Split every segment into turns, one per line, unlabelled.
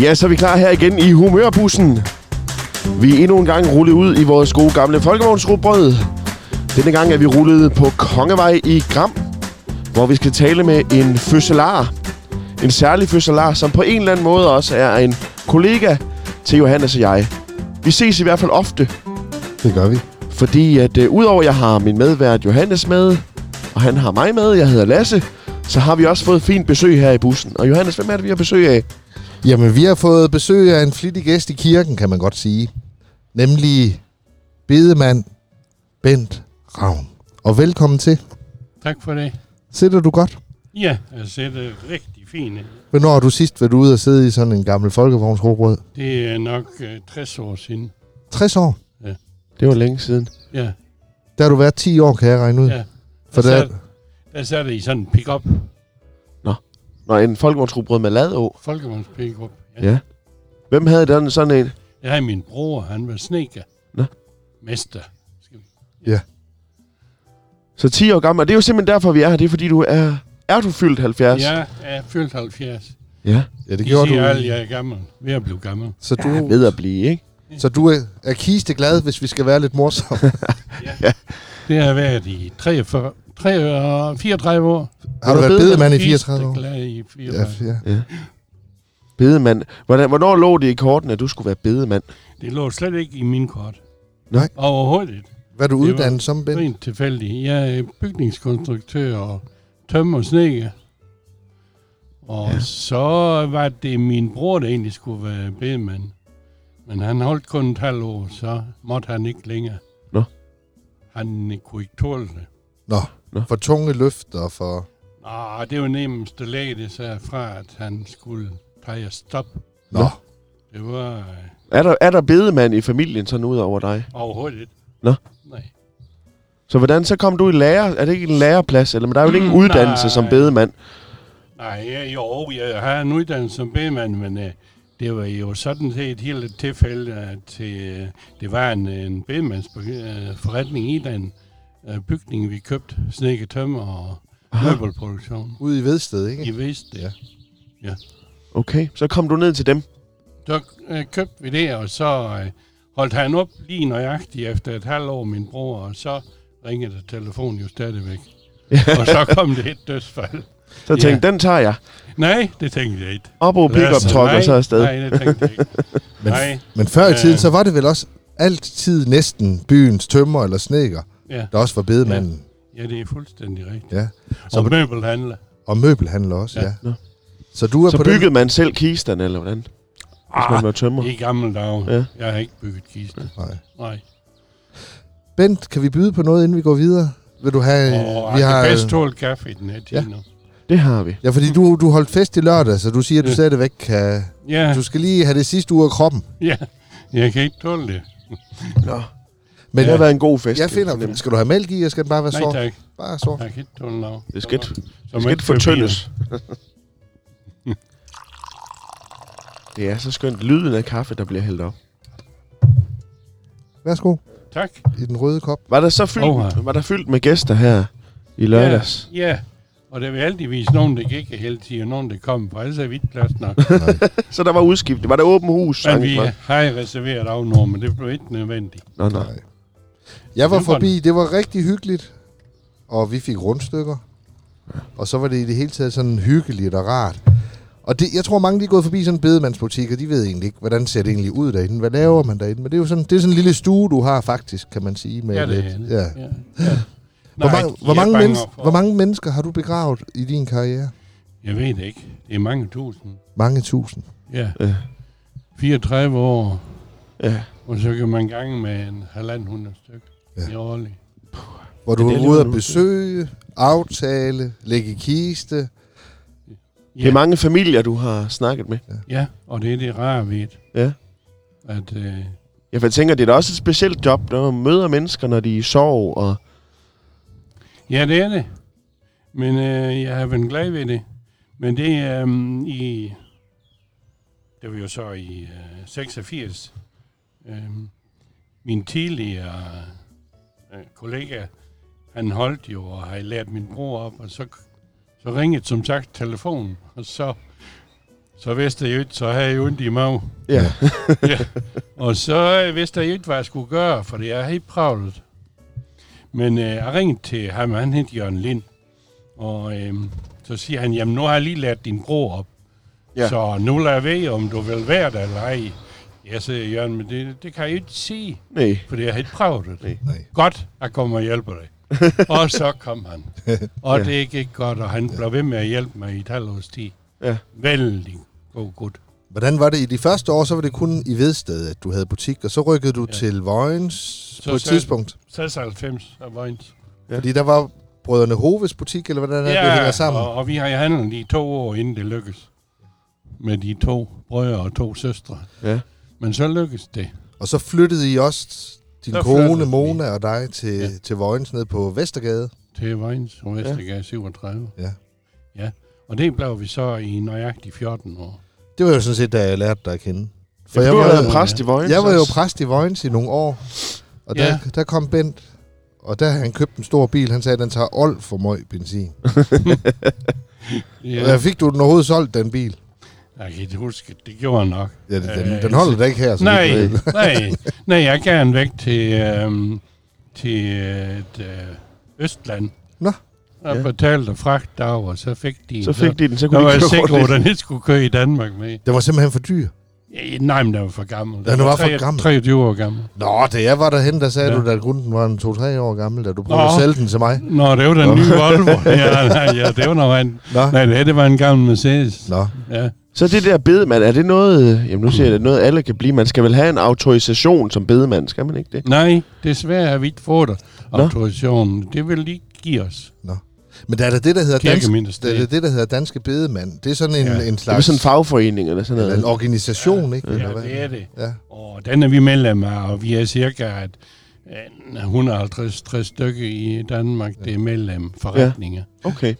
Ja, så er vi klar her igen i humørbussen. Vi er endnu en gang rullet ud i vores gode gamle folkevognsrugbrød. Denne gang er vi rullet på Kongevej i Gram, hvor vi skal tale med en fødselar. En særlig fødselar, som på en eller anden måde også er en kollega til Johannes og jeg. Vi ses i hvert fald ofte,
Det gør vi.
fordi at øh, udover jeg har min medvært Johannes med, og han har mig med, jeg hedder Lasse, så har vi også fået fint besøg her i bussen. Og Johannes, hvem er det, vi har besøg af?
Jamen, vi har fået besøg af en flittig gæst i kirken, kan man godt sige. Nemlig bedemand Bent Ravn. Og velkommen til.
Tak for det.
Sidder du godt?
Ja, jeg ser det øh, rigtig fint.
Hvornår har du sidst været ude og sidde i sådan en gammel folkevognsrobrød?
Det er nok øh, 60 år siden.
60 år.
Det var længe siden.
Ja,
Der har du været 10 år, kan jeg regne ud.
ja.
For
der,
der,
sad, der sad det i sådan en pick-up.
Nå, en folkevognsrugbrød med ladå.
Folkevogns pick-up. Ja.
Ja. Hvem havde den sådan en?
Det havde min bror, han var sneker.
Nå.
Mester. Skal vi-
Så 10 år gammel. Og det er jo simpelthen derfor, vi er her. Det er fordi, du er... Er du fyldt 70?
Ja, jeg er fyldt 70.
ja.
ja, det
De
gjorde du.
siger alle, jeg er gammel. Ved at blive gammel.
Så du,
Du er ved at blive, ikke?
så du er, er kiste glad, hvis vi skal være lidt morsom.
Det har været i 43, 43 34 år.
har du været
bedemand?
bedemand i
Sidst
34 år?
glad i
Ja,
34.
ja.
Bedemand. Hvordan, hvornår lå det i korten, at du skulle være bedemand?
Det lå slet ikke i min kort.
Nej.
Overhovedet ikke.
Hvad er du
Det var-
uddannet som, Bent?
Rent tilfældigt. Jeg er bygningskonstruktør og tømmer snedker. Og ja. så var det min bror, der egentlig skulle være bedemand. Men han holdt kun et halvt år, så måtte han ikke længere.
Nå.
Han kunne ikke tåle det.
Nå,
Nå.
for tunge løfter, for...
Nå, Ah, det var nemmest at lægge det sig fra, at han skulle tage et stop.
Nå,
Det var øh,
Er der, er der bedemand i familien sådan ud over dig?
overhovedet ikke.
Nå.
Nej.
Så hvordan så kom du i lærer? Er det ikke en læreplads? Eller, men der er jo ikke en
Mm,
uddannelse
nej.
som bedemand.
Nej, ja, jo, jeg har en uddannelse som bedemand, men øh, det var jo sådan set helt et tilfælde, at øh, det var en, en bedemandsforretning i den øh, bygning, vi købte, snedker tømmer og møbelproduktion.
ude i Vedsted, ikke?
I vidste det.
Ja.
Ja.
Okay, så kom du ned til dem.
Så øh, købte vi det, og så øh, holdt han op lige nøjagtigt efter et halvt år, min bror, og så ringede der telefon jo stadigvæk. og så kom det et dødsfald.
Så tænkte, den tager jeg.
Nej, det tænkte jeg ikke.
Op på pickup
Lasse,
truck og
nej,
så afsted.
Nej, det tænkte jeg ikke.
Men,
Nej.
men før i
Øh.
tiden, så var det vel også altid næsten byens tømmer eller snedker,
Ja.
der også var bedemanden.
Ja, det er fuldstændig rigtigt.
Ja. ja.
Og møbelhandler.
Og møbelhandler også, ja.
Ja.
Nå.
ja. Så du er
Så
på den...
byggede man selv kisterne, eller hvordan? Hvis man var tømmer.
Ah, I gamle dage.
Ja.
Ja. Jeg har ikke bygget kiste.
Nej.
Nej.
Bent, kan vi byde på noget, inden vi går videre? Vil du have...
Og
Øh, vi
jeg
har...
har... kan bedst tåle kaffe i den her tid
Ja.
ja. nu.
Det har vi.
Ja, fordi du, du holdt fest i lørdag, så du siger, at du
Ja.
stadigvæk kan...
Ja,
Du skal lige have det sidste uge af kroppen.
ja. Jeg kan ikke tåle det.
Nå.
Men
Det har været en god fest.
jeg
kan
finder...
fornemme.
Skal du have mælk i, eller skal den bare være
Nej
sår?
tak.
Bare sår.
Jeg kan ikke tåle noget.
Det skal ikke-
Så
Det
må
skal ikke
køre
fortyndes. det er så skønt. Lyden af kaffe, der bliver hældt op.
Værsgo.
biler. Tak.
I den røde kop.
Var der så fyldt,
Oha.
var der fyldt med gæster her i lørdags?
Ja, ja. Og der var heldigvis nogen, der gik hele tiden, og nogen, der kom, for ellers er vi ikke plads nok.
Ja. Så der var udskiftet. Var der åben hus?
Men
sang
vi
man?
har reserveret af nu, men det blev ikke nødvendigt.
Nå, nå.
Nej. Jeg var
Det var
forbi, det var rigtig hyggeligt, og vi fik rundstykker. Og så var det i det hele taget sådan hyggeligt og rart. Og det, jeg tror, mange de er gået forbi sådan en bedemandsbutik, og de ved egentlig ikke, hvordan ser det egentlig ud derinde. Hvad laver man derinde? Men det er jo sådan, det er sådan en lille stue, du har faktisk, kan man sige. Med
Ja, det er
lidt. Ja.
det. ja. ja.
Hvor,
Nej,
mange,
jeg
hvor,
er
mange
bange
mennesker,
for-
hvor mange mennesker har du begravet i din karriere?
Jeg ved det ikke. Det er mange tusind.
Mange tusind.
Ja.
Ja.
34 år,
Ja.
og så kan man gange med en halvanden hundrede stykke
Ja.
ja. i årlig.
Hvor du
det
er
er
ude
lige
at
nu.
besøge, aftale, lægge i kiste.
Det er mange familier, du har snakket med.
ja, og det er det rare ved det.
Ja.
At, øh,
Ja, for Jeg tænker, det er da også et specielt job, når man møder mennesker, når de er i sorg. Og...
ja, det er det. Men øh, jeg har været glad ved det. Men det er øh, i... Det var jo så i øh, 86. Øh, min tidligere øh, kollega, han holdt jo og har lært min bror op, og så, så ringede som sagt telefonen, og så, Så vidste jeg jo ikke, så havde jeg jo ondt i maven.
Ja.
Og så øh, vidste jeg jo ikke, hvad jeg skulle gøre, for jeg er helt pravlet. Men øh, jeg ringede til ham, han hed Jørgen Lind. Og øh, så siger han, jamen nu har jeg lige ladt din bro op.
Ja.
Ja. Så nu lader jeg ved, om du vil være der eller ej. Jeg siger, Jørgen, men det, det kan jeg jo ikke sige,
Nej.
for jeg er helt pravlet.
Nej.
Nej.
Godt, jeg kommer og hjælper dig. og så kom han. Og
Ja.
ja. det gik godt, og han blev ved med at hjælpe mig i et halvt års tid.
Ja.
Vældig god gut.
Hvordan var det i de første år, så var det kun i Vedsted, at du havde butik, og så rykkede du ja.
Ja.
til Vojens på et
selv-
tidspunkt.
96 af Vojens.
Ja.
Fordi der var brødrene Hoves butik, eller hvordan er ja, det hænger sammen?
Og, og vi har jo handlet i to år, inden det lykkes. Med de to brødre og to søstre.
Ja.
Men så lykkedes det.
Og så flyttede I også din
Så
kone
flyttede vi.
Mona og dig til, ja.
Ja.
til Vojens ned på Vestergade.
Til Vejens og Vestergade 37.
Ja.
Ja. Og det blev vi så i nøjagtigt 14 år.
Det var jo sådan set, da jeg lærte dig at kende. For
For jeg
jeg
du
var,
har
jo-
været præst i Vojens.
jeg var jo
også.
præst i Vojens i nogle år, og der,
Ja.
der kom Bent, og der havde han købt en stor bil. Han sagde, at den tager old for møg benzin. Ja.
Ja,
Fik du den overhovedet solgt, den bil?
jeg kan ikke huske, det gjorde han nok.
Ja, den,
Øh,
øh, den holder da ikke her. Så
Nej,
vidt jeg ved.
nej, nej, jeg gav den væk til, øhm, til et øh, Østland.
Nå.
Jeg
Ja.
ja. betalte fragt dag, og så fik de
Så fik de den, så
så,
kunne
var jeg
de køre
sikker på, at
rundt
den ikke skulle køre i Danmark med.
Den var simpelthen for dyr.
Ja, nej, men den var for gammel.
Den var for
23
gammel.
23 år gammel.
Nå, da jeg var derhen, der sagde ja.
Ja.
du, at grunden var en 2-3 år gammel, da du prøvede at
Nå.
sælge den til mig.
Nå, det var den nye Volvo. Ja, nej, ja, det var noget andet.
Nå.
Nej, det, her, det var en gammel Mercedes.
Nå.
Ja.
Så det der bedemand, er det noget... øh, Jamen nu siger jeg, det er noget, alle kan blive. Man skal vel have en autorisation som bedemand, skal man ikke det?
Nej, desværre har vi ikke fået det.
Nå.
Autorisationen, det vil lige give os.
Men der er da det, der hedder, dansk, der er da
Kirkeministeriet.
det, der hedder Danske Bedemand. Det er sådan en,
Ja.
ja. en
Det er
slags
sådan en fagforening eller sådan
eller en
noget.
organisation, ikke? Eller
Ja,
hvad?
det er det.
Ja.
Og den er vi medlem af, og vi er cirka et, en 150-60 stykker i Danmark, det er medlem forretninger. Ja.
Okay.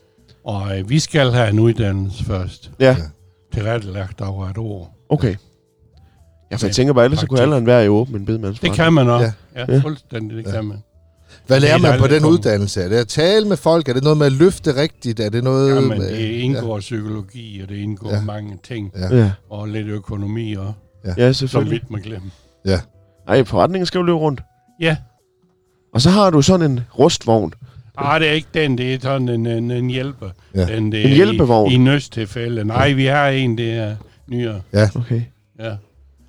Og øh, vi skal have en uddannelse først,
Ja,
til rettelagt over et år.
okay. Ja, for jeg tænker bare, ellers så kunne
Praktik.
alderen være jo åbne en bedemandsforretning.
Det kan man også.
Ja.
Ja,
Ja.
ja fuldstændig, det
Ja.
ja. kan man.
Hvad lærer
Det er
man på
dejligt
den
at komme.
uddannelse? Er det at tale med folk? Er det noget med at løfte rigtigt? Er det noget
Jamen,
med...
det indgår ja. psykologi, og det indgår
Ja.
ja. mange ting,
Ja,
og lidt økonomi også,
ja
som
selvfølgelig.
vidt man glemmer.
Ej, forretningen skal jo løbe rundt.
Ja,
Og så har du sådan en rustvogn.
ah, det er ikke den, det er sådan en, en, en hjælper.
Ja.
Den, det
En
er
hjælpevogn?
I, i nødstilfælde. Nej, vi har en, det er nyere.
Okay.
Ja.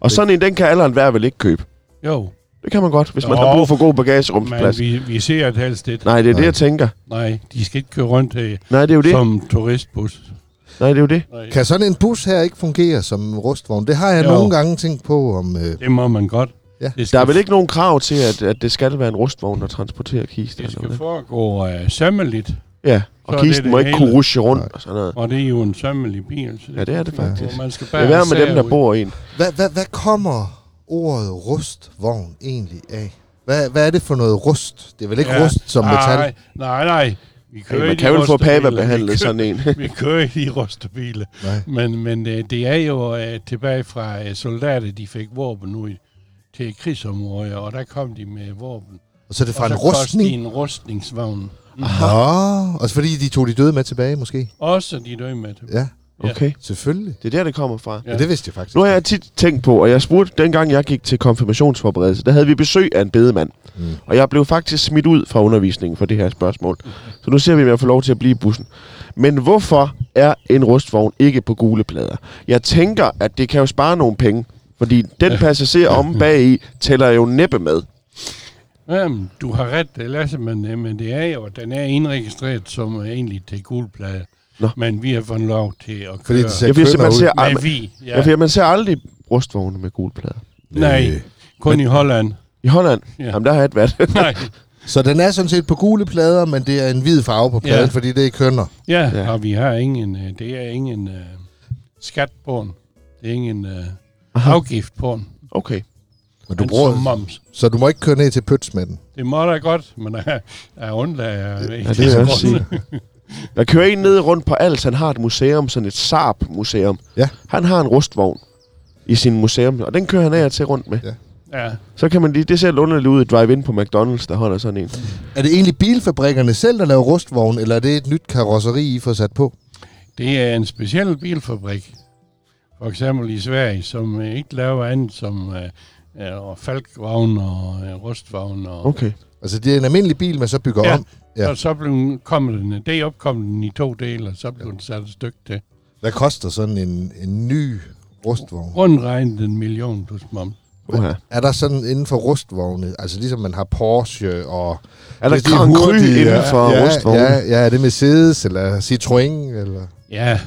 Og sådan en, den kan alderen være vel ikke købe.
Jo,
Det kan man godt, hvis man
Nå,
har brug for god
men
bagagerumsplads.
vi, vi ser et helst det.
Nej, det er det,
Nej.
jeg tænker.
Nej, de skal ikke køre rundt her
Nej, det er jo det.
som turistbus.
Nej, det er jo det.
Nej.
Kan sådan en bus her ikke fungere som rustvogn? Det har jeg
Jo.
nogle gange tænkt på om... Øh,
Det må man godt.
Ja.
Det
Der
skal,
er vel ikke nogen krav til, at, at det skal være en rustvogn, der transporterer kisten.
det
eller
skal
noget.
foregå uh, sømmelig,
Ja,
Så
og
er
kisten
det
må
det
ikke kunne
hele.
rusche rundt
Nej.
og sådan noget.
og det er jo en sømmelig bil. Så
Ja, det er det faktisk.
Og Man skal bare
Lad være med dem, der bor i en.
Hvad, hvad, hvad kommer ordet rustvogn egentlig af? Hvad, hvad er det for noget rust? Det er vel ikke ja. rust som metal?
Nej, nej, nej. Vi kører
Ej,
i
Man
de
kan vel få
rustebiler. Vi
pava-behandlet
kører-
sådan en.
Vi kører ikke i rustebiler.
Nej.
Men, men øh, det er jo øh, tilbage fra øh, soldater, de fik våben ud til krigsområder, og der kom de med våben.
Og så er det fra
og
en
så koste de
rustning?
en rustningsvogn.
Nå, og så fordi de tog de døde med tilbage måske?
Også de døde med det.
Ja,
Okay,
selvfølgelig.
det er der, det kommer fra.
Ja.
Ja.
Ja, det vidste jeg faktisk.
Nu har jeg tit tænkt på, og jeg spurgte, dengang jeg gik til konfirmationsforberedelse, der havde vi besøg af en bedemand. Mm.
Mm.
Og jeg blev faktisk smidt ud fra undervisningen for det her spørgsmål. Så nu ser vi, om jeg får lov til at blive i bussen. Men hvorfor er en rustvogn ikke på gule plader? Jeg tænker, at det kan jo spare nogle penge. Fordi den passager om bagi tæller jo næppe med.
Jamen, du har ret, Lasse, men, øh, men det er jo, at den er indregistreret som øh, egentlig til gulplade.
Nå.
Men vi har fået lov til at
Fordi
køre.
de ser
Jeg bliver
kønnere
simpelthen
ud.
ser, ej,
med
man,
vi,
ja.
ja.
jeg, man ser aldrig brustvogne med gule plader.
Øh,
Nej, kun i Holland.
I Holland, ja.
Ja.
jamen der har jeg et været.
Nej,
Så den er sådan set på gule plader, men det er en hvid farve på
Ja.
pladen, fordi det er kønner.
ja,
Ja.
ja. og vi har ingen, øh, det er ingen øh, skat på den. Det er ingen øh,
Aha.
afgift på den.
Okay.
Men du
Den bruger... som
bruger,
moms.
så du må ikke køre ned til pøts med den.
Det må da godt, men jeg er undlaget.
Ja, det vil jeg også sige. Der kører en ned rundt på Als. Han har et museum, sådan et Saab-museum.
Ja.
Han har en rustvogn i sin museum, og den kører han af og til rundt med.
Ja.
Ja,
Så kan man lige, det ser lidt underligt ud, at drive ind på McDonald's, der holder sådan en.
Er det egentlig bilfabrikkerne selv, der laver rustvogn, eller er det et nyt karosseri, I får sat på?
det er en speciel bilfabrik. for eksempel i Sverige, som øh, ikke laver andet som øh, øh, og falkvogn og øh, rustvogn. Og, okay.
Okay.
Altså, det er en almindelig bil, man så bygger
Ja.
om. ja.
og så blev den, kom den, det opkom den i to dele, og så blev den sat et stykke til.
Hvad koster sådan en, en ny rustvogn?
Rundt regnet en million plus mom.
Uha.
Er der sådan inden for rustvogne, altså ligesom man har Porsche og...
Er der
Hvis de
Grand Cru
hurtige,
inden for
ja,
rustvogne?
Ja, ja, er det Mercedes eller Citroën eller...
Ja,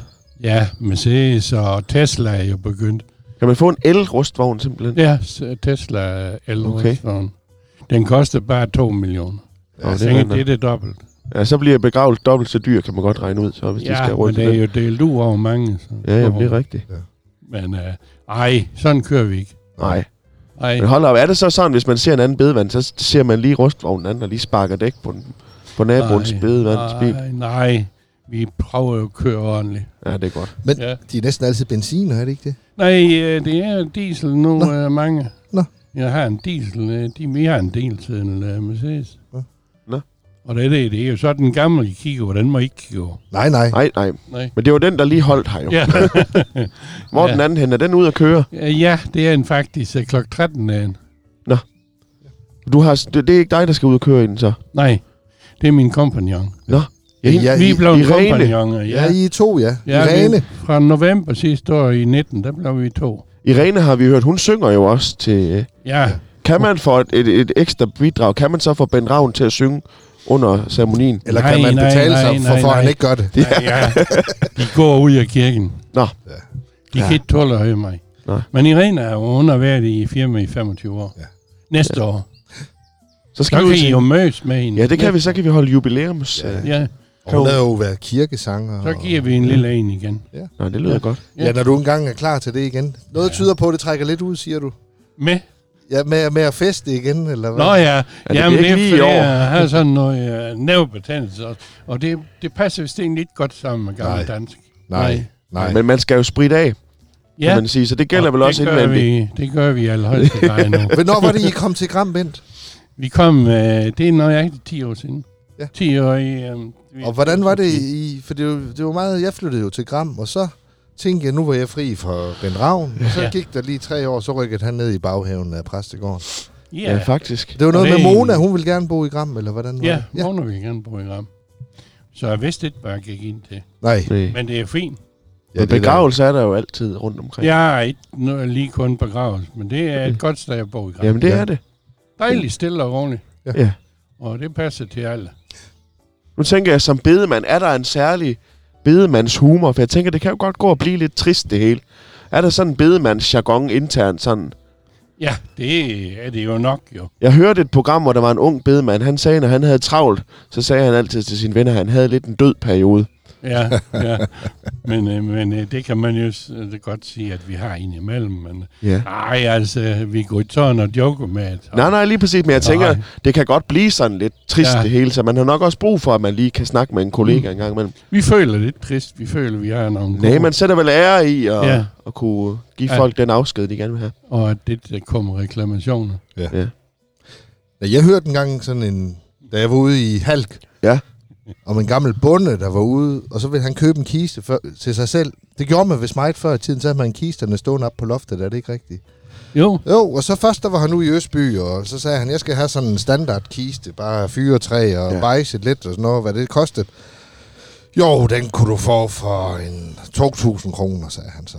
ja, Mercedes og Tesla er jo begyndt.
Kan man få en el-rustvogn simpelthen?
Ja, s- Tesla er el
Okay.
okay. Den koster bare 2 millioner.
Nå,
Jeg
det er
tænker,
rent nok.
det er det dobbelt.
Ja, så bliver begravet dobbelt så dyr, kan man godt regne ud, så hvis de
Ja,
skal
men
rundt.
det
til
er
den.
jo delt ud over mange. Så.
Ja, jamen, det er rigtigt.
Men øh, ej, sådan kører vi ikke.
Nej.
Ej,
Men hold op, er det så sådan, hvis man ser en anden bedevand, så ser man lige rustvognen anden, og lige sparker dæk på, den, på naboens
nej,
bedevands bil?
nej, nej, vi prøver jo at køre ordentligt.
Ja, det er godt.
Men ja.
Ja.
de er næsten altid benzin, er det ikke det?
Nej, øh, det er diesel nu,
Nå.
øh, mange.
Nå.
Jeg har en diesel, øh, de, vi har en diesel øh, Mercedes.
Nå.
Nå.
Og det, er det, det er jo så den gamle, I kigger over, den må I ikke kigge over.
Nej, nej.
Nej, nej.
Nej.
Men det var den, der lige holdt her jo.
Ja.
Hvor er den anden hen? Er den ude at køre?
Øh, ja, det er en faktisk øh, klokken 13 dagen.
Du har, s- det, det er ikke dig, der skal ud og køre i den så?
Nej, det er min kompagnon.
Ja,
hende-
ja,
vi
I,
er blevet
I Rene.
kompagnoner, ja.
ja, I er to, ja. ja I
vi-
rene.
Fra november sidste år i 19, der blev vi to.
Irene har vi hørt, hun synger jo også til... øh,
Ja,
Kan man få et, et, et ekstra bidrag, kan man så få Ben Ravn til at synge under ceremonien?
Eller
Nej,
kan man
nej,
betale
nej,
sig, for,
nej,
for at han
nej.
ikke gør det?
ja. ja. De går ud af kirken.
Nå.
Ja.
De
Ja.
kan ikke tåle at høre mig.
Nej.
Men Irene er jo undervært i firma i 25 år.
Ja.
Ja. Næste ja. år.
Så
Så
skal vi ud
kan I jo
til...
mødes med hende.
Ja, det kan vi. Så kan vi holde jubilæums...
Ja.
Ja.
Ja,
Og hun har jo været kirkesanger.
så
og-
giver vi en lille en igen.
Nå, det lyder ja. godt.
Ja, når du engang er klar til det igen. Noget ja.
Ja.
tyder på, at det trækker lidt ud, siger du.
Med?
Ja, med, med at feste igen, eller hvad?
Nå ja,
det
jamen
bliver
det
ikke
er
lige i
fordi,
år.
jeg har sådan noget uh, nervebetændelse, og, og det, det passer vist egentlig ikke godt sammen med gammel
Nej.
dansk.
Nej, nej.
Men man skal jo spritte af, ja. kan man sige. Så det gælder
og
vel også
det gør
indvendigt.
vi, Det gør vi i allerhøjeste grad nu.
Hvornår var det, I kom til Gram, Bent?
Vi kom, øh, det er nøjagtigt 10 år siden.
Ja.
10 år i... Øh,
Og hvordan var det i... For det, var- det var meget... Jeg flyttede jo til Gram, og så tænkte jeg, nu var jeg fri for Ben Ravn. Og så
Ja.
gik der lige tre år, så rykkede han ned i baghaven af præstegården.
Ja,
Ja, faktisk.
Det var noget med
Og det er
Mona,
en-
hun ville gerne bo i Gram, eller hvordan var
ja,
det?
ja. vil gerne bo i Ram. Så jeg vidste ikke, hvad jeg gik ind til.
Nej.
Nej.
Men det er fint.
Ja,
det er
begravelse er der jo altid rundt omkring.
Jeg er ikke noget, lige kun begravet, men det er et godt sted at bo i Ram.
Jamen, det
Ja.
er det.
Dejligt stille og roligt.
Ja.
Ja.
Og det passer til alle.
Nu tænker jeg, som bedemand, er der en særlig bedemands humor? For jeg tænker, det kan jo godt gå og blive lidt trist, det hele. Er der sådan en bedemands jargon internt sådan?
Ja, det er det jo nok jo.
Jeg hørte et program, hvor der var en ung bedemand. Han sagde, når han havde travlt, så sagde han altid til sine venner, at han havde lidt en død periode.
Ja, ja. Men, øh, men øh, det kan man jo s- øh, godt sige, at vi har en imellem. Men
Ja.
nej, altså, vi går i tøjen og joker med. at-
Nej, nej, lige præcis. Men jeg tænker,
Nej.
det kan godt blive sådan lidt trist
Ja.
det hele, så man har nok også brug for, at man lige kan snakke med en kollega mm. en gang imellem.
Vi føler lidt trist. Vi føler, vi har nogle
Nej, man sætter vel ære i at, ja.
Ja.
at kunne give
Ja.
folk den afsked, de gerne vil have.
Og at det der kommer reklamationer.
Ja, jeg hørte engang sådan en... Da jeg var ude i Halk.
Ja.
Om en gammel bonde, der var ude, og så ville han købe en kiste for, til sig selv. Det gjorde man vist meget før i tiden, så havde man kisterne stående op på loftet, er det ikke rigtigt?
Jo,
Jo, og så først der var han ude i Østby, og så sagde han, jeg skal have sådan en standard kiste, bare fyretræ og
Ja.
ja. bajse lidt og sådan noget, hvad det kostede. Jo, den kunne du få for en 2.000 kroner, sagde han så.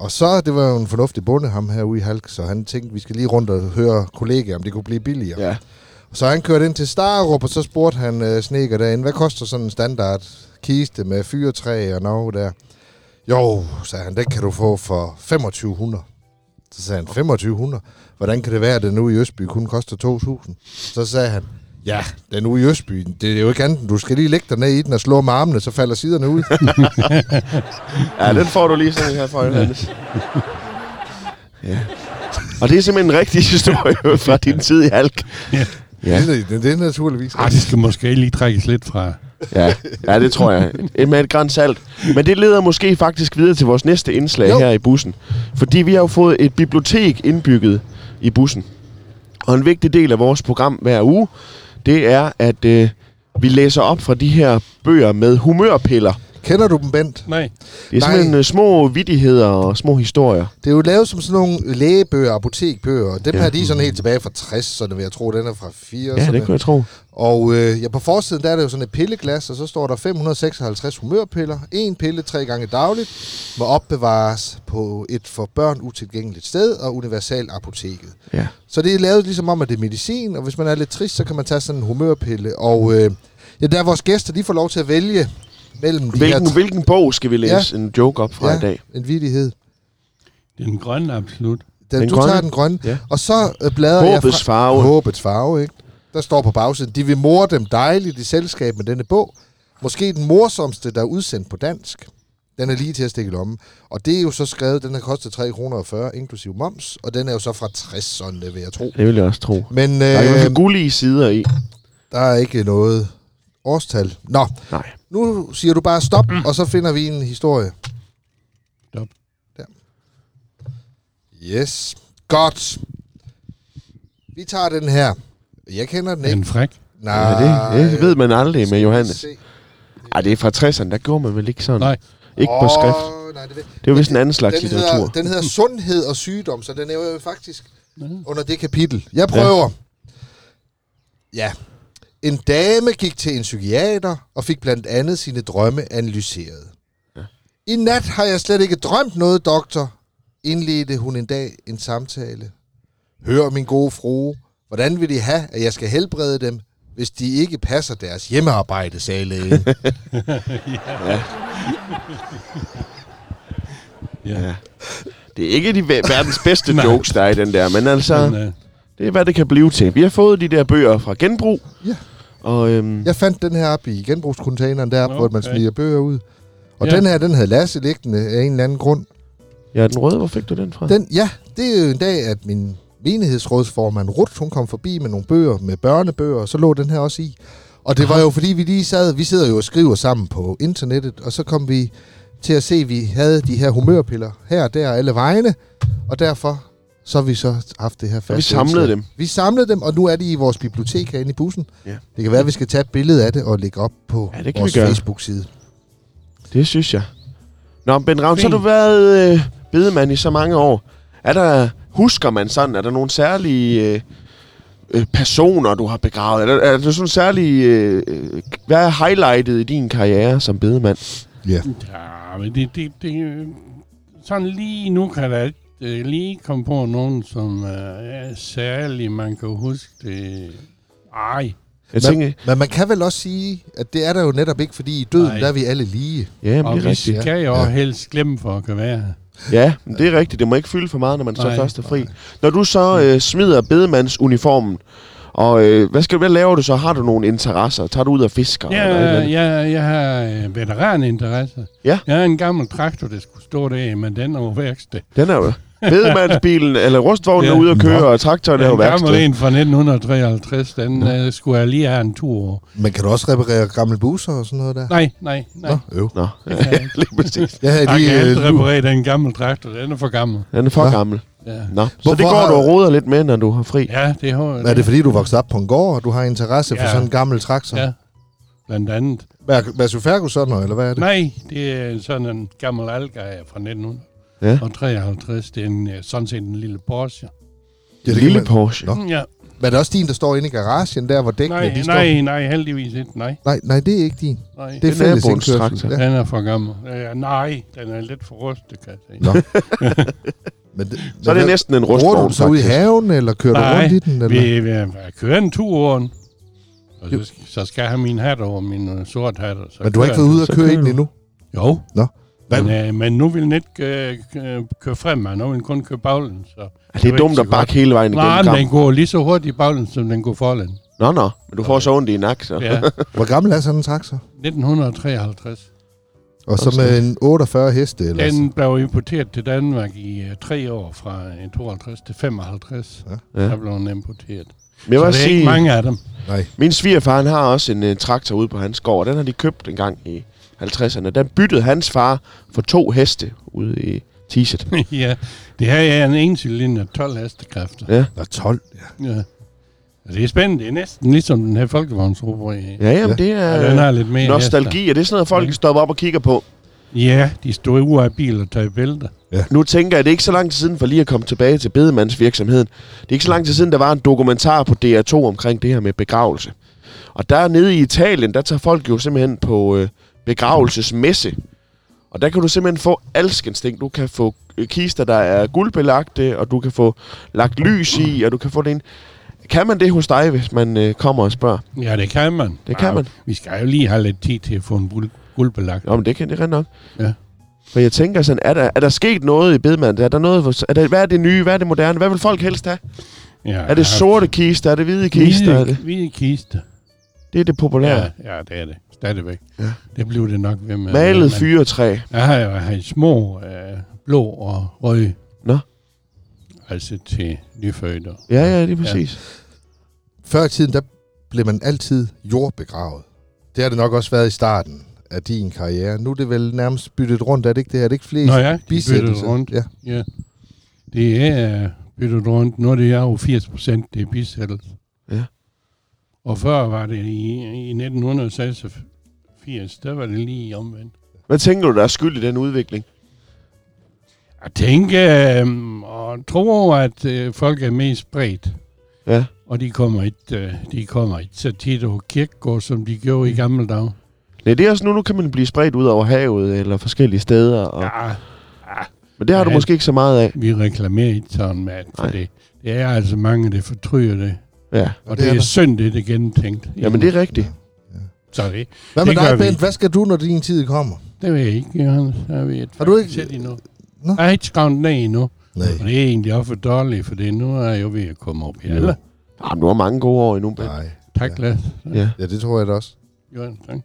Og så, det var jo en fornuftig bonde, ham herude i Halk, så han tænkte, vi skal lige rundt og høre kollegaer, om det kunne blive billigere.
Ja.
Så han kørte ind til Starup, og så spurgte han øh, sneker derinde, hvad koster sådan en standard kiste med fyretræ og noget der? Jo, sagde han, den kan du få for 2500. Så sagde han, 2500? Hvordan kan det være, at den nu i Østby kun koster 2000? Så sagde han, ja, den ude i Østby, det er jo ikke andet. Du skal lige lægge dig ned i den og slå med armene, så falder siderne ud.
Ja, den får du lige sådan her fra Johannes. Ja. Og det er simpelthen en rigtig historie fra din tid i Halk.
ja.
Ja.
det, er, det er naturligvis.
Ej, det skal måske lige trækkes lidt fra.
Ja, ja det tror jeg. Et- Med et græns salt. Men det leder måske faktisk videre til vores næste indslag
Jo.
jo. her i bussen. Fordi vi har jo fået et bibliotek indbygget i bussen. Og en vigtig del af vores program hver uge, det er, at øh, vi læser op fra de her bøger med humørpiller.
Kender du dem, Bent?
Nej.
Det er
Nej.
simpelthen øh, små vittigheder og små historier.
Det er jo lavet som sådan nogle lægebøger, apotekbøger. Dem
Ja.
ja. her, de er sådan helt tilbage fra 60'erne, vil jeg tro. Den er fra 80'erne.
Ja, det kunne jeg tro.
Og øh, ja, på forsiden, der er det jo sådan et pilleglas, og så står der 556 humørpiller. En pille tre gange dagligt må opbevares på et for børn utilgængeligt sted og universal apoteket.
Ja.
Så det er lavet ligesom om, at det er medicin, og hvis man er lidt trist, så kan man tage sådan en humørpille. Og øh, ja, der er vores gæster, de får lov til at vælge mellem de
Hvilken,
her...
hvilken bog skal vi læse ja. en joke op fra ja. i dag?
en vidighed.
Det er den grønne, absolut.
Den,
Den
den du
grønne?
grønne. tager den grønne,
Ja.
ja. og så øh, bladrer jeg fra...
Håbets farve.
Håbets farve, ikke? Der står på bagsiden, de vil more dem dejligt i selskab med denne bog. Måske den morsomste, der er udsendt på dansk. Den er lige til at stikke i lommen. Og det er jo så skrevet, den har kostet 3,40 kroner inklusiv moms, og den er jo så fra 60'erne, vil jeg tro.
Det vil jeg også tro.
Men
Der er i hvert
øh,
fald gullige sider i.
der er ikke noget årstal. Nå,
Nej.
nu siger du bare stop,
Mm.
og så finder vi en historie.
Stop.
Der. Yes. Godt. Vi tager den her. Jeg kender den
Det er
ikke.
en fræk.
Nej.
Ja, det,
Ah,
det ved man aldrig med
Skal vi
Johannes.
se.
Ej, det er fra 60'erne. Der gjorde man vel ikke sådan?
Nej.
Ikke på
Åh,
skrift.
Nej, det ved.
Det var vist en anden slags
Den
litteratur.
hedder, den hedder Sundhed og Sygdom, så den er jo faktisk under det kapitel. Jeg prøver. Ja. En dame gik til en psykiater og fik blandt andet sine drømme analyseret. I nat har jeg slet ikke drømt noget, doktor, indledte hun en dag en samtale. Hør, min gode frue, hvordan vil I have, at jeg skal helbrede dem, hvis de ikke passer deres hjemmearbejde, sagde lægen.
Ja.
Ja. Det er ikke de ver- verdens bedste jokes, der er i den der, men altså,
Men, øh,
det er, hvad det kan blive til. Vi har fået de der bøger fra Genbrug,
Ja.
og øhm,
Jeg fandt den her op i genbrugscontaineren deroppe, okay. hvor man
Okay.
smider bøger ud. Og
Ja.
ja. den her, den havde Lasse liggende af en eller anden grund.
ja, den røde, hvor fik du den fra?
Den, ja, det er jo en dag, at min menighedsrådsformand Rut, hun kom forbi med nogle bøger, med børnebøger, og så lå den her også i. Og det var jo fordi, vi lige sad, vi sidder jo og skriver sammen på internettet, og så kom vi til at se, at vi havde de her humørpiller her og der og alle vegne, og derfor så har vi så haft det her fast.
vi samlede dem.
Vi samlede dem, og nu er de i vores bibliotek herinde i bussen.
Ja.
Det kan være, at vi skal tage et billede af det og lægge op på
Ja, det kan vi
vores
gøre.
Facebook-side.
Det synes jeg. Nå, Ben Ravn, så har
Fint.
du været øh, bedemand i så mange år. Er der, husker man sådan, er der nogle særlige øh, øh, personer, du har begravet? Er der, er der sådan særlige, øh, øh, hvad er highlightet i din karriere som bedemand?
Ja.
Ja, men det, det, det, øh, sådan lige nu kan jeg ikke, øh, lige komme på nogen, som øh, er særlig, man kan huske det. Ej,
Jeg
Men-
tænker,
Men man kan vel også sige, at det er der jo netop ikke, fordi i døden,
Nej.
Nej. der er vi alle lige.
ja, men
og
det er
vi
rigtigt.
ja.
skal jo ja. helst glemme for at kan være
Ja, men det er rigtigt. Det må ikke fylde for meget, når man så
Nej. Mm.
først er fri. Når du så øh, smider bedemandsuniformen, og øh, hvad, skal, hvad laver du så? Har du nogle interesser? Tager du ud og fisker? eller et eller
Ja,
andet?
jeg, jeg har øh, veteraninteresse.
Ja.
Jeg har en gammel traktor, der skulle stå der, men den er jo værksted.
Den er jo bedemandsbilen, eller rustvognen
Ja.
er ude at køre, og traktoren er jo
en gammel
værksted.
en fra 1953, den øh, skulle jeg lige have en tur over.
Men kan du også reparere gamle busser og sådan noget der?
Nej, nej, nej.
Nå, øv.
Nå, ja,
kan jeg
lige præcis.
Jeg havde
Jeg
lige...
kan ikke
Øh, lu-
reparere den gamle traktor, den er for gammel.
Den er for
Nå.
gammel.
Ja,
Nå. Så
Hvorfor
det går
har-
du og roder lidt med, når du har fri.
ja det har jeg.
er det, fordi du voksede op på en gård, og du har interesse ja. for
Ja.
sådan en gammel traktor?
Ja, blandt andet.
Hvad, hvad er Ferguson, eller hvad er det?
Nej, det er sådan en gammel Algaer fra 1953. Det er en, øh, sådan set en lille Porsche.
Ja, det
Lille
kan man-
Porsche.
Nå.
Ja.
Men er det også din, der står inde i garagen der, hvor dækkene
Nej,
de står?
nej, nej, heldigvis ikke. Nej,
nej. Nej, det er ikke din.
nej.
Det er
Det er
fælles
naboens
indkørsel.
traktor.
Ja.
Den er for gammel. Øh, nej, den er lidt for rustet, kan jeg sige.
Nå. Men det,
Så er det næsten en
Bruger du den
rustvogn,
så ud i
faktisk.
haven, eller kører du
Nej,
rundt i den? Eller?
Vi, vi jeg kører en tur over den. Og så, skal- så skal jeg have min hat over, min øh, sort hat. Og så
Men du har
kører
ikke været ude og
så
køre i
kører
den
du.
endnu?
jeg. Jo.
Nå. Hvad-
Men, øh, men nu vil den ikke øh, øh, køre fremad, nu vil den kun køre baglen. Så
Ja, det er dumt at bakke hele vejen igennem
Nej, den
kampen.
går lige så hurtigt i baglen, som den går forlæn.
Nå, nå. Men du får så ondt i nakken, så.
Ja,
Hvor gammel er sådan en traktor?
1953.
Og så med en 48 heste, eller sådan.
Den blev importeret til Danmark i øh, tre år, fra øh, 52 til 55.
Ja.
Ja. Der blev den importeret.
Men jeg vil
Så
også
det er ikke
sige,
mange af dem.
Nej.
Min svigerfar, han har også en uh, traktor ude på hans gård, og den har de købt en gang i 50'erne. Den byttede hans far for to heste ude i t-shirt.
ja, det her er en encylinder 12 hestekræfter.
Ja.
Der er 12. Ja.
Ja. Det er spændende. Det er næsten ligesom den her folkevognsrubrik. Ja.
Ja, jamen, det
Ja, den
er
har lidt mere
nostalgi, og det er sådan noget, folk stopper op og kigger på.
Efter. Ja, de store uger af biler tager bælter.
Nu tænker jeg, det er ikke så lang tid siden, for lige at komme tilbage til bedemandsvirksomheden. Det er ikke så lang tid siden, der var en dokumentar på DR2 omkring det her med begravelse. Og der nede i Italien, der tager folk jo simpelthen på øh, begravelsesmesse. Og der kan du simpelthen få alskens ting. Du kan få øh, kister, der er guldbelagte, og du kan få lagt lys i, og du kan få det ind. Kan man det hos dig, hvis man øh, kommer og spørger?
Ja, det kan man.
Det kan man.
Vi skal jo lige have lidt tid til at få en guld, guldbelagt.
Nå, men det kan det er rigtig nok.
Ja.
For jeg tænker sådan, er der, er der sket noget i bedemand? Er der noget, er der, hvad er det nye? Hvad er det moderne? Hvad vil folk helst have?
Ja,
Er det sorte kister? Er det hvide kister? Er det,
Hvide, hvide kister.
det er det populære. Ja.
Ja, ja, det er det. Stadigvæk. Ja. Det blev det nok ved med.
Malet
men-
fyretræ.
Jeg har jo haft små øh, blå og røde.
Nå.
Altså til nyfødte.
Ja, ja, det er præcis.
Før i tiden, der blev man altid jordbegravet. Det har det nok også været i starten af din karriere. Nu er det vel nærmest byttet rundt, er det ikke det her? Er det ikke flest
Nå ja, de
bisættelser?
byttede rundt.
Ja.
Ja. Det er øh, byttet rundt. Nu er det jo 80 procent, det er bisættelse.
Ja.
Og før var det i, i 1986, der var det lige omvendt.
Hvad tænker du, der er skyld i den udvikling?
Jeg tænker øh, og tror, at øh, folk er mest bredt.
Ja.
Og de kommer, ikke, øh, de kommer ikke så tit over kirkegård, som de
Mm.
gjorde i gamle dage.
Nej, det er også nu, nu kan man blive spredt ud over havet eller forskellige steder. Og, ja.
Ja,
Men det har du
Ja.
måske ikke så meget af.
vi reklamerer ikke sådan, mand, for
Nej.
det. Det er altså mange, der fortryder det.
Ja.
Og
det
det,
er
det er
der.
synd, det er det gennemtænkt.
Jamen, det er rigtigt.
Så det,
Hvad med
Det gør
dig,
vi.
Bent? Hvad skal du, når din tid kommer?
det ved jeg ikke, Johannes. Har, vi et
Har du ikke-
Sæt endnu.
Nå.
Jeg har ikke skrevet den ned endnu. Og
Nej.
det er egentlig også for dårligt, for det nu er jeg jo ved at komme op i
Ja.
alder.
Jamen, Ah, du har mange gode år endnu, Ben.
Nej.
Tak,
Ja.
Lars.
Ja.
Ja, det tror jeg da også.
Johan, tak.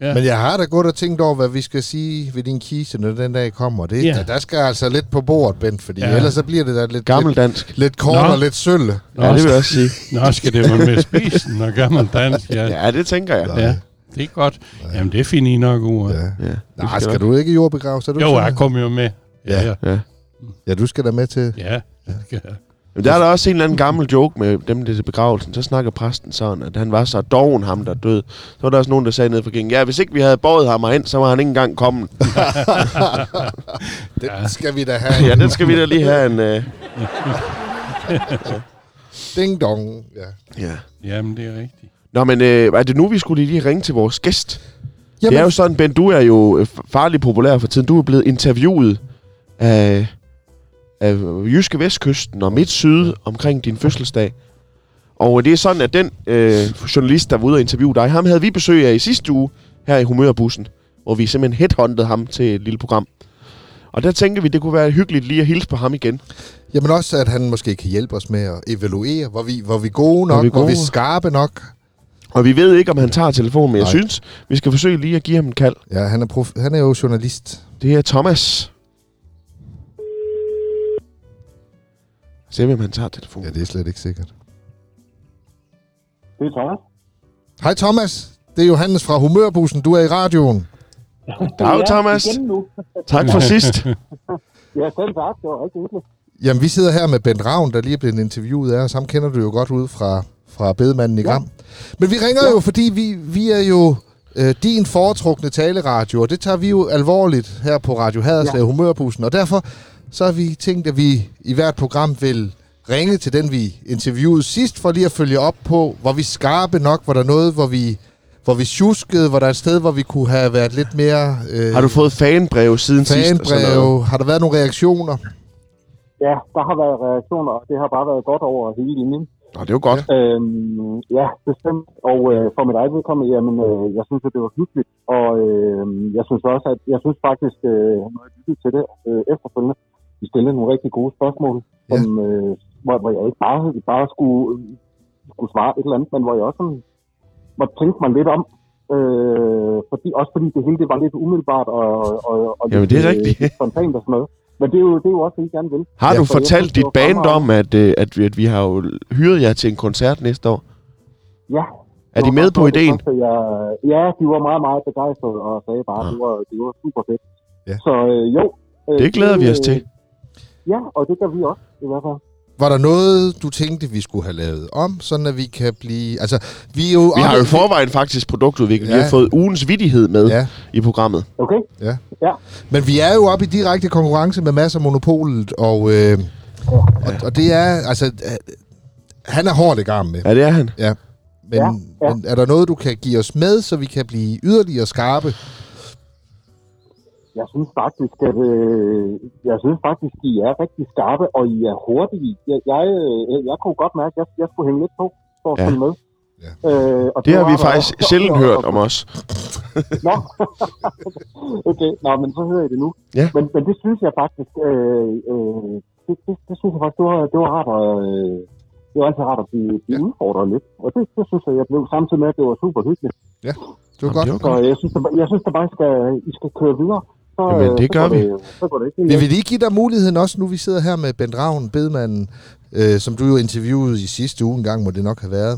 Ja.
Ja.
Men jeg har da godt og tænkt over, hvad vi skal sige ved din kiste, når den dag kommer. Det, ja.
Ja.
der, der skal altså lidt på bordet, Bent, fordi ja.
Ja.
ellers så bliver det der lidt, lidt,
Gammeldansk.
lidt kort
Nå.
og lidt sølle.
Nå,
Ja, det vil jeg også sige.
nå skal det være med spisen og gammel dans. Ja. ja.
Ja, det tænker jeg.
Nej.
ja. Det er godt. Jamen, det er fint I nok, Ure.
Ja.
Ja. det
Nej,
skal
skal
nok.
du ikke jordbegraves? Er du
Jo,
sådan?
jeg kommer jo med.
Ja.
Ja, ja.
Ja.
Ja, du skal da med til...
ja. det skal jeg.
Men der er der også en eller anden gammel joke med dem, der er til begravelsen. Så snakker præsten sådan, at han var så doven ham, der døde. Så var der også nogen, der sagde nede for gængen, ja, hvis ikke vi havde båret ham herind, så var han ikke engang kommet.
Det skal vi da have.
ja, den skal vi da lige have en... Øh...
Ding dong. Ja.
Ja.
Jamen, det er rigtigt.
Nå, men øh, er det nu, vi skulle lige ringe til vores gæst? Jamen. Det er jo sådan, Ben, du er jo øh, farlig populær for tiden. Du er blevet interviewet af, af Jyske Vestkysten og Midt Syd omkring din fødselsdag. Og det er sådan, at den øh, journalist, der var ude og interviewe dig, ham havde vi besøg af i sidste uge her i Humørbussen, hvor vi simpelthen headhuntede ham til et lille program. Og der tænkte vi, det kunne være hyggeligt lige at hilse på ham igen.
Jamen også, at han måske kan hjælpe os med at evaluere, hvor vi, hvor vi gode nok,
vi
hvor vi, hvor vi
gode?
skarpe nok.
Og vi ved ikke, om han tager telefonen, men jeg
Nej.
synes, vi skal forsøge lige at give ham en kald.
Ja, han er, prof- han er jo journalist.
Det er Thomas. Se, hvem han tager telefonen.
Ja, det er slet ikke sikkert.
Det er Thomas.
Hej Thomas, det er Johannes fra Humørbussen. Du er i radioen.
Dag, Thomas.
Igen nu.
Tak for sidst.
Ja, selv tak. Det var rigtig hyggeligt.
Jamen, vi sidder her med Bent Ravn, der lige er blevet interviewet af os. Ham kender du jo godt ud fra, fra Bedemanden i Gram. Men vi ringer jo, fordi vi, vi er jo øh, din foretrukne taleradio, og det tager vi jo alvorligt her på Radio Haderslev ja. Humørbussen. Og derfor så har vi tænkt, at vi i hvert program vil ringe til den, vi interviewede sidst, for lige at følge op på, hvor vi skarpe nok, hvor der er noget, hvor vi hvor vi sjuskede, hvor der er et sted, hvor vi kunne have været lidt mere øh,
Har du fået fanbreve siden sidst? og sådan noget?
fanbreve. Har der været nogle reaktioner?
Ja, der har været reaktioner, og det har bare været godt over hele linjen.
Nå, det er jo godt.
Øhm, ja, bestemt. Og øh, for mit eget vedkommende, jamen, øh, jeg synes, at det var hyggeligt. Og øh, jeg synes også, at jeg synes faktisk, øh, når jeg lyttede til det øh, efterfølgende, I stillede nogle rigtig gode spørgsmål, som, øh, hvor, hvor jeg ikke bare, bare skulle, øh, skulle svare et eller andet, men hvor jeg også sådan, måtte tænke mig lidt om. Øh, fordi, også fordi det hele det var lidt umiddelbart og, og, og
Jamen,
lidt,
det er
øh,
rigtigt.
lidt spontant og sådan noget. Men det er jo, det er jo også, det I gerne vil.
Har
Ja,
du
for jeg synes,
fortalt
det
dit
var
band
fremragende.
om, at, øh, at, vi, at vi har jo hyret jer til en koncert næste år?
Ja.
Er de
Det var
med
faktisk
på
noget af det
ideen?
første, Jeg, ja, de var meget, meget begejstrede og sagde bare,
Ja.
ja. det, var, det var super fedt.
Ja.
Så øh, jo. øh,
Ah. Det glæder vi os til.
øh, Ja, og det gør vi også i hvert fald.
Var der noget, du tænkte, vi skulle have lavet om, sådan at vi kan blive... Altså, vi er jo...
Vi har jo i forvejen faktisk produktudvikling. Ja. Vi
Ja.
har fået ugens vittighed med ja.
Ja.
i programmet.
Okay?
Ja.
Ja.
Men vi er jo oppe i direkte konkurrence med masser af monopolet, og, øh, og, og det er, altså, øh, han er hårdt i gang med.
Ja, det er han.
Ja. Men, ja,
Ja,
ja.
ja.
men er der noget, du kan give os med, så vi kan blive yderligere skarpe?
Jeg synes faktisk, at øh, jeg synes faktisk, I er rigtig skarpe, og I er hurtige. Jeg, jeg, øh, jeg kunne godt mærke, at jeg, jeg skulle hænge lidt på for at
Ja.
ja. følge med.
Ja.
Øh, og
Det har vi
var der
faktisk
også-
sjældent
og-
hørt
og-
om os.
Nå, okay. Nå, men så hører I det nu.
Ja.
Men, men det synes jeg faktisk, øh, øh, det, det, det, synes jeg faktisk, det var, det var rart at, øh, det var altid rart at blive, blive
Ja.
ja. udfordret lidt. Og det, det synes jeg, jeg blev samtidig med, at det var super hyggeligt.
Det var
Jamen,
godt.
det var
Så jeg synes, at, jeg synes, at bare skal, I skal køre videre. Så,
Jamen,
øh,
det
så
gør
går
vi.
Det, så går det ikke.
Vi vil lige give dig muligheden også, nu vi sidder her med Ben Ravn, bedmanden, øh, som du jo interviewede i sidste uge en gang, må det nok have været.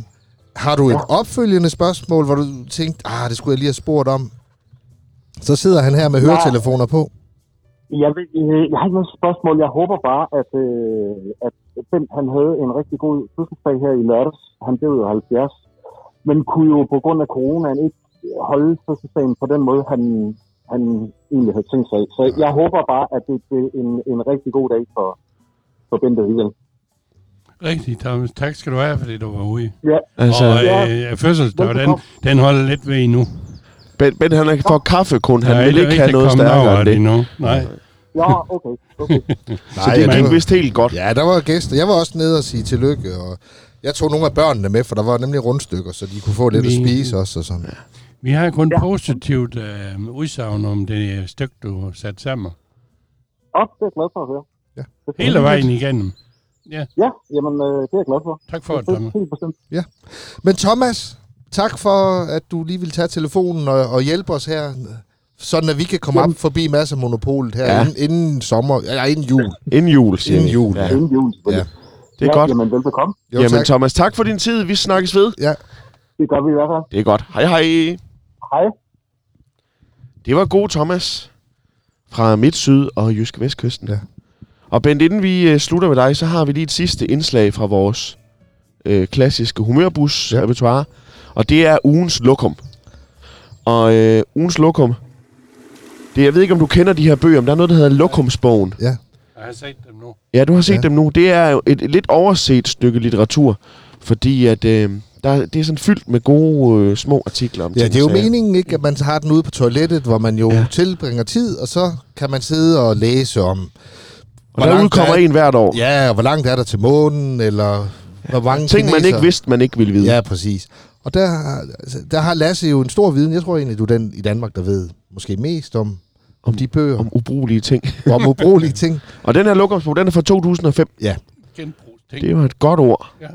Har du et opfølgende spørgsmål, hvor du tænkte, ah, det skulle jeg lige have spurgt om? Så sidder han her med
Nej.
høretelefoner på.
Jeg, ved, øh, jeg har ikke noget spørgsmål. Jeg håber bare, at, øh, at Bent, han havde en rigtig god fødselsdag her i lørdags. Han blev jo 70, men kunne jo på grund af coronaen ikke holde fødselsdagen på den måde, han, han egentlig havde tænkt sig. Så jeg håber bare, at det blev en, en rigtig god dag for, for Bent alligevel.
Rigtig, Thomas. Tak skal du have, fordi du var ude.
Ja,
Altså,
og
Ja.
øh, fødselsdag, den,
Velbekomme.
den holder lidt ved endnu.
Ben, ben han er for kaffe kun. Han
Jeg er
vil ikke have
rigtig
noget
kommet
stærkere
over
end det.
endnu. Nej.
ja okay. okay.
Så det
jeg
gik
tror-
vist helt godt.
Ja, der var gæster. Jeg var også nede og sige tillykke, og jeg tog nogle af børnene med, for der var nemlig rundstykker, så de kunne få lidt at
Min-
spise også og sådan.
Vi har kun
Ja.
positivt øh, udsagn om det øh, stykke, du har sat sammen.
Op, det er jeg glad for at høre.
Ja.
Hele vejen igennem.
Ja, jamen, øh, det er jeg glad for.
Tak for det,
Det er
Thomas.
Helt bestemt.
Men Thomas, tak for, at du lige vil tage telefonen og, og hjælpe os her, sådan at vi kan komme op forbi masser af monopolet her
Ja.
ja. inden, inden sommer, ja, inden jul.
Inden jul, siger
Inden
vi.
jul,
Ja.
ja.
Inden jul, selvfølgelig.
Det er
ja,
godt.
Jamen, velbekomme.
Jo,
Jamen
tak.
Thomas, tak for din tid. Vi snakkes ved.
Ja.
Det gør vi i hvert fald.
Det er godt. Hej hej.
Hej.
Det var god Thomas fra Midt, Syd og Jysk Vestkysten.
Ja.
Og Bent, inden vi øh, slutter med dig, så har vi lige et sidste indslag fra vores øh, klassiske
Ja.
humørbus-repertoire. Og det er ugens lokum. Og øh, ugens lokum, det, jeg ved ikke, om du kender de her bøger, men der er noget, der hedder Lokumsbogen.
Jeg har set dem nu.
Ja, du har set ja.
Ja.
dem nu. Det er jo et, et lidt overset stykke litteratur, fordi at, øh, der, det er sådan fyldt med gode øh, små artikler om
Ja,
ting
det er jo
og sager.
meningen, ikke, at man har den ude på toilettet, hvor man jo
Ja.
ja. tilbringer tid, og så kan man sidde og læse om...
Og der udkommer
er,
en hvert år.
Ja, og hvor langt er der til månen, eller hvor mange
Ting, man ikke
kinesere-
vidste, man ikke ville vide.
Ja, præcis. Og der, altså, der har Lasse jo en stor viden. Jeg tror egentlig, du er den i Danmark, der ved måske mest om, om de bøger, om,
om ubrugelige ting.
om ubrugelige ting.
Og den her lokumsbog, den er fra 2005.
Genbrugsting.
Det var et godt ord.
Ja.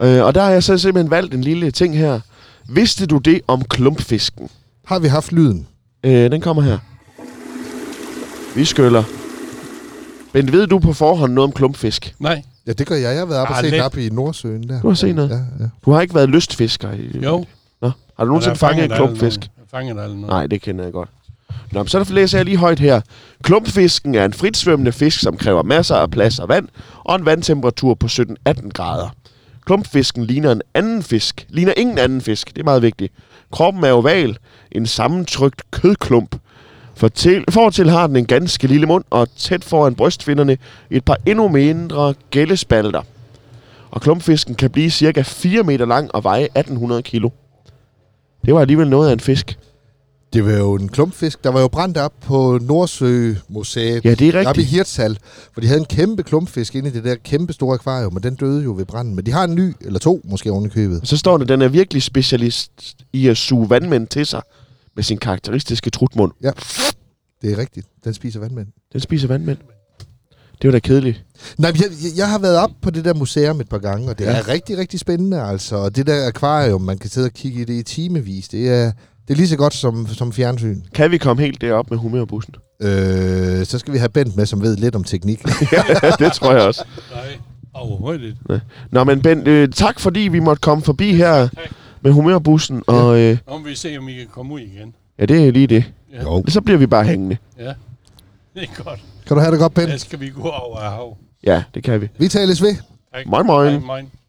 Ja.
Øh, og der har jeg så simpelthen valgt en lille ting her. Vidste du det om klumpfisken?
Har vi haft lyden?
Øh, den kommer her. Vi skyller. Men ved du på forhånd noget om klumpfisk?
Nej.
Ja, det gør jeg. Jeg har været oppe og
Ah,
set
lidt.
den op i Nordsøen der.
Du har set noget?
Ja, ja.
Du har ikke været lystfisker? I...
Jo.
Nå. Har du
Og der er
nogensinde fanget en
der aldrig
klumpfisk?
noget. Der Fanger der aldrig noget.
Nej, det kender jeg godt. Nå, men så læser jeg lige højt her. Klumpfisken er en fritsvømmende fisk, som kræver masser af plads og vand, og en vandtemperatur på 17-18 grader. Klumpfisken ligner en anden fisk. Ligner ingen anden fisk. Det er meget vigtigt. Kroppen er oval. En sammentrykt kødklump. Fortil, fortil har den en ganske lille mund, og tæt foran brystfinderne et par endnu mindre gællespalter. Og klumpfisken kan blive cirka 4 meter lang og veje 1800 kilo. Det var alligevel noget af en fisk.
Det var jo en klumpfisk, der var jo brændt op på Nordsømuseet.
Ja, det er
Oppe i
rigtigt.
Hirtshal, hvor de havde en kæmpe klumpfisk inde i det der kæmpe store akvarium, men den døde jo ved branden. Men de har en ny, eller to måske oven i købet.
Så står der, at den er virkelig specialist i at suge vandmænd til sig med sin karakteristiske trutmund.
Ja, det er rigtigt. Den spiser vandmænd.
Den spiser vandmænd. Det var da kedeligt.
Nej, men jeg, jeg- jeg har været op på det der museum et par gange, og det
Ja.
ja. er rigtig, rigtig spændende, altså. Og det der akvarium, man kan sidde og kigge i det i timevis, det er, det er lige så godt som, som fjernsyn.
Kan vi komme helt derop med humørbussen?
Øh, så skal vi have Bent med, som ved lidt om teknik.
det tror jeg også.
Nej. Overhovedet ikke.
Nå, men Bent, øh, tak fordi vi måtte komme forbi her med humørbussen. Og øh,
Om vi ser, om vi kan komme ud igen.
ja, det er lige det.
jo.
Så bliver vi bare hængende.
Ja. Det er godt.
Kan du have det godt,
Der
Bent?
skal vi gå over hav.
Ja, det kan vi.
Vi tales ved.
Tak.
Moin, moin.
moin.